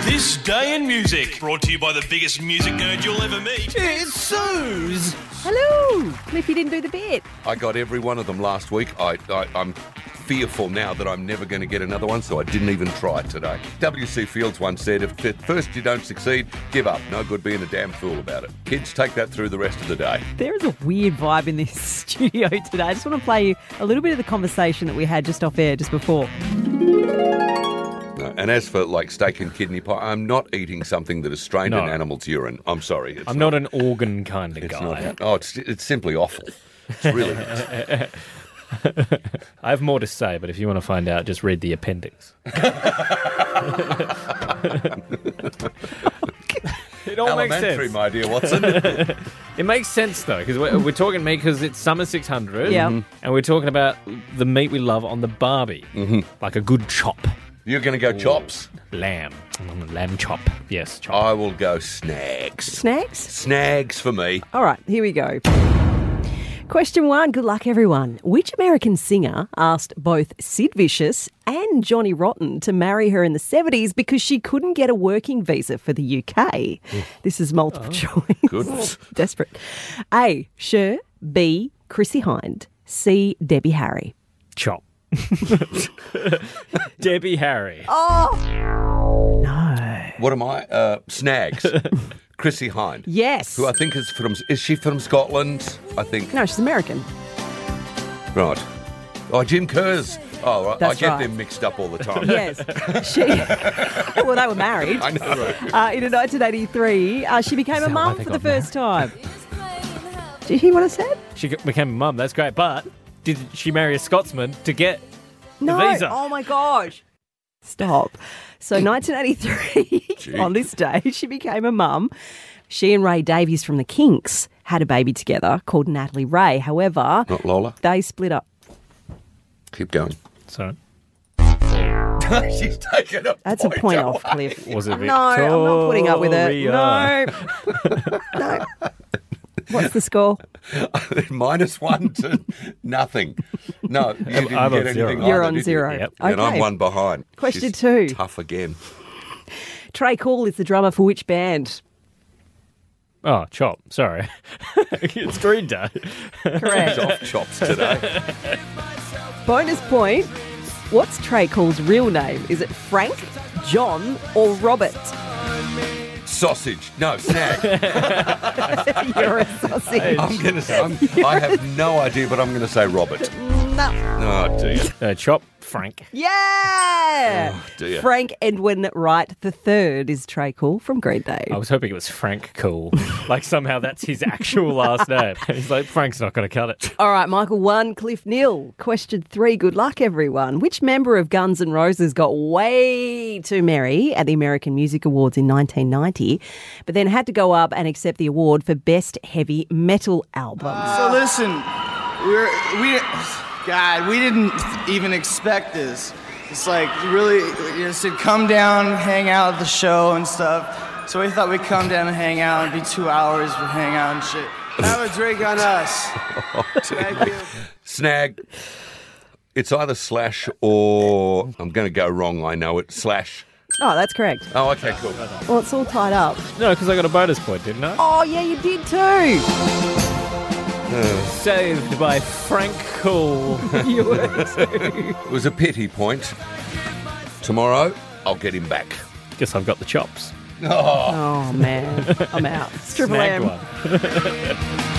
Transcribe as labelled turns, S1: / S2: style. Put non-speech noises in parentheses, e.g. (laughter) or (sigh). S1: This Day in Music, brought to you by the biggest music nerd you'll ever meet.
S2: It's Suze.
S3: Hello! Cliffy didn't do the bit.
S4: I got every one of them last week. I, I, I'm fearful now that I'm never going to get another one, so I didn't even try today. W.C. Fields once said, if at first you don't succeed, give up. No good being a damn fool about it. Kids, take that through the rest of the day.
S3: There is a weird vibe in this (laughs) studio today. I just want to play you a little bit of the conversation that we had just off air just before.
S4: No, Uh, And as for like steak and kidney pie, I'm not eating something that is strained
S5: No.
S4: in animal's urine. I'm sorry. It's
S5: I'm not an organ kind of
S4: it's
S5: guy.
S4: not- oh, it's, it's simply awful. It's
S5: (laughs)
S4: really.
S5: I have more to say, but if you want to find out, just read the appendix. (laughs) it all makes
S4: Elementary,
S5: sense.
S4: my dear Watson.
S5: (laughs) It makes sense though, because we're, we're talking meat because it's summer 600,
S3: Yeah. Mhm.
S5: and we're talking about the meat we love on the barbie, mm-hmm. like a good chop,
S4: You're going to go chops.
S5: lamb, Mm, lamb chop. Yes, chop.
S4: I will go snags.
S3: Snacks?
S4: Snags for me.
S3: All right, here we go. Question one. Good luck, everyone. Which American singer asked both Sid Vicious and Johnny Rotten to marry her in the 70s because she couldn't get a working visa for the UK? This is multiple choice.
S4: Goodness.
S3: (laughs) Desperate. A. Cher. B. Chrissy Hind. C. Debbie Harry.
S5: chop. (laughs) Debbie Harry.
S4: What am I? Uh,
S3: (laughs)
S4: snags. Chrissy Hind.
S3: Yes.
S4: Who I think is from. Is she from Scotland? I think.
S3: No, she's American.
S4: Right. Oh, Jim Kerr's. Oh, right. I
S3: That's
S4: get
S3: right.
S4: them mixed up all
S3: (laughs)
S4: the time.
S3: Yes. She. (laughs) well, they were married.
S4: (laughs) I know.
S3: Uh, in 1983, uh, she became a
S5: that why
S3: mum
S5: they
S3: for the
S5: got
S3: first time. Did you hear what I said?
S5: She became a mum. That's great, but did she marry a Scotsman to get
S3: No.
S5: visa.
S3: Oh my gosh. Stop. So 1983, on this day, she became a mum. She and Ray Davies from the Kinks had a baby together called Natalie Ray. However,
S4: Not Lola.
S3: they split up.
S4: Keep going.
S5: Sorry.
S4: (laughs) She's taken a
S3: That's a point off,
S4: away.
S3: Cliff.
S5: Was it
S3: No, I'm not putting up with it.
S5: Victoria?
S3: No. no. What's the score?
S4: (laughs) Minus one
S3: (laughs)
S4: to nothing. No, you didn't
S5: I'm
S4: get
S5: on
S4: anything.
S5: zero.
S3: You're
S4: either,
S3: on
S4: did you?
S3: zero.
S5: Yep.
S3: Okay.
S4: And I'm one behind.
S3: Question
S4: She's
S3: two.
S4: Tough again.
S3: Trey Call is the drummer for which band?
S5: Oh, chop. Sorry. (laughs) it's Green Day.
S3: Correct.
S4: Off chops today.
S3: (laughs) Bonus point. What's Trey Call's real name? Is it Frank, John, or
S4: (laughs)
S3: Robert?
S4: Sausage. No,
S3: (laughs)
S4: snag.
S3: You're a sausage.
S4: I'm going to I'm, I have no idea, but I'm going to
S3: (laughs)
S4: say Robert.
S3: No.
S4: Oh, dear.
S5: Uh, chop, Frank.
S3: Yeah.
S4: Oh, dear.
S3: Frank Edwin Wright the third is Trey Call from Green Day.
S5: I was hoping it was Frank Cool. (laughs) like somehow that's his actual last name. (laughs) He's like, Frank's not going to cut it.
S3: All right, Michael one, Cliff nil. Question three. Good luck, everyone. Which member of Guns N' Roses got way too merry at the American Music Awards in 1990, but then had to go up and accept the award for best heavy metal album?
S6: So listen, we're we God, we didn't even expect this. It's like really, you know, said come down, hang out at the show and stuff. So we thought we'd come down and hang out. It'd be two hours. We'd hang out and shit. Have a drink on us. Thank you.
S4: Snag. It's either slash or I'm going to go wrong. I know it. Slash.
S3: oh, that's correct.
S4: Oh, okay, cool.
S3: Well, it's all tied up.
S5: (laughs) No, because I got a bonus point, didn't I?
S3: Oh, yeah, you did too.
S5: Saved by Frank Cool.
S3: You were too.
S4: It was a pity point. Tomorrow, I'll get him back.
S5: (laughs) Guess I've got the chops.
S3: Oh, man. I'm out. It's Triple
S5: Snagged
S3: M.
S5: one.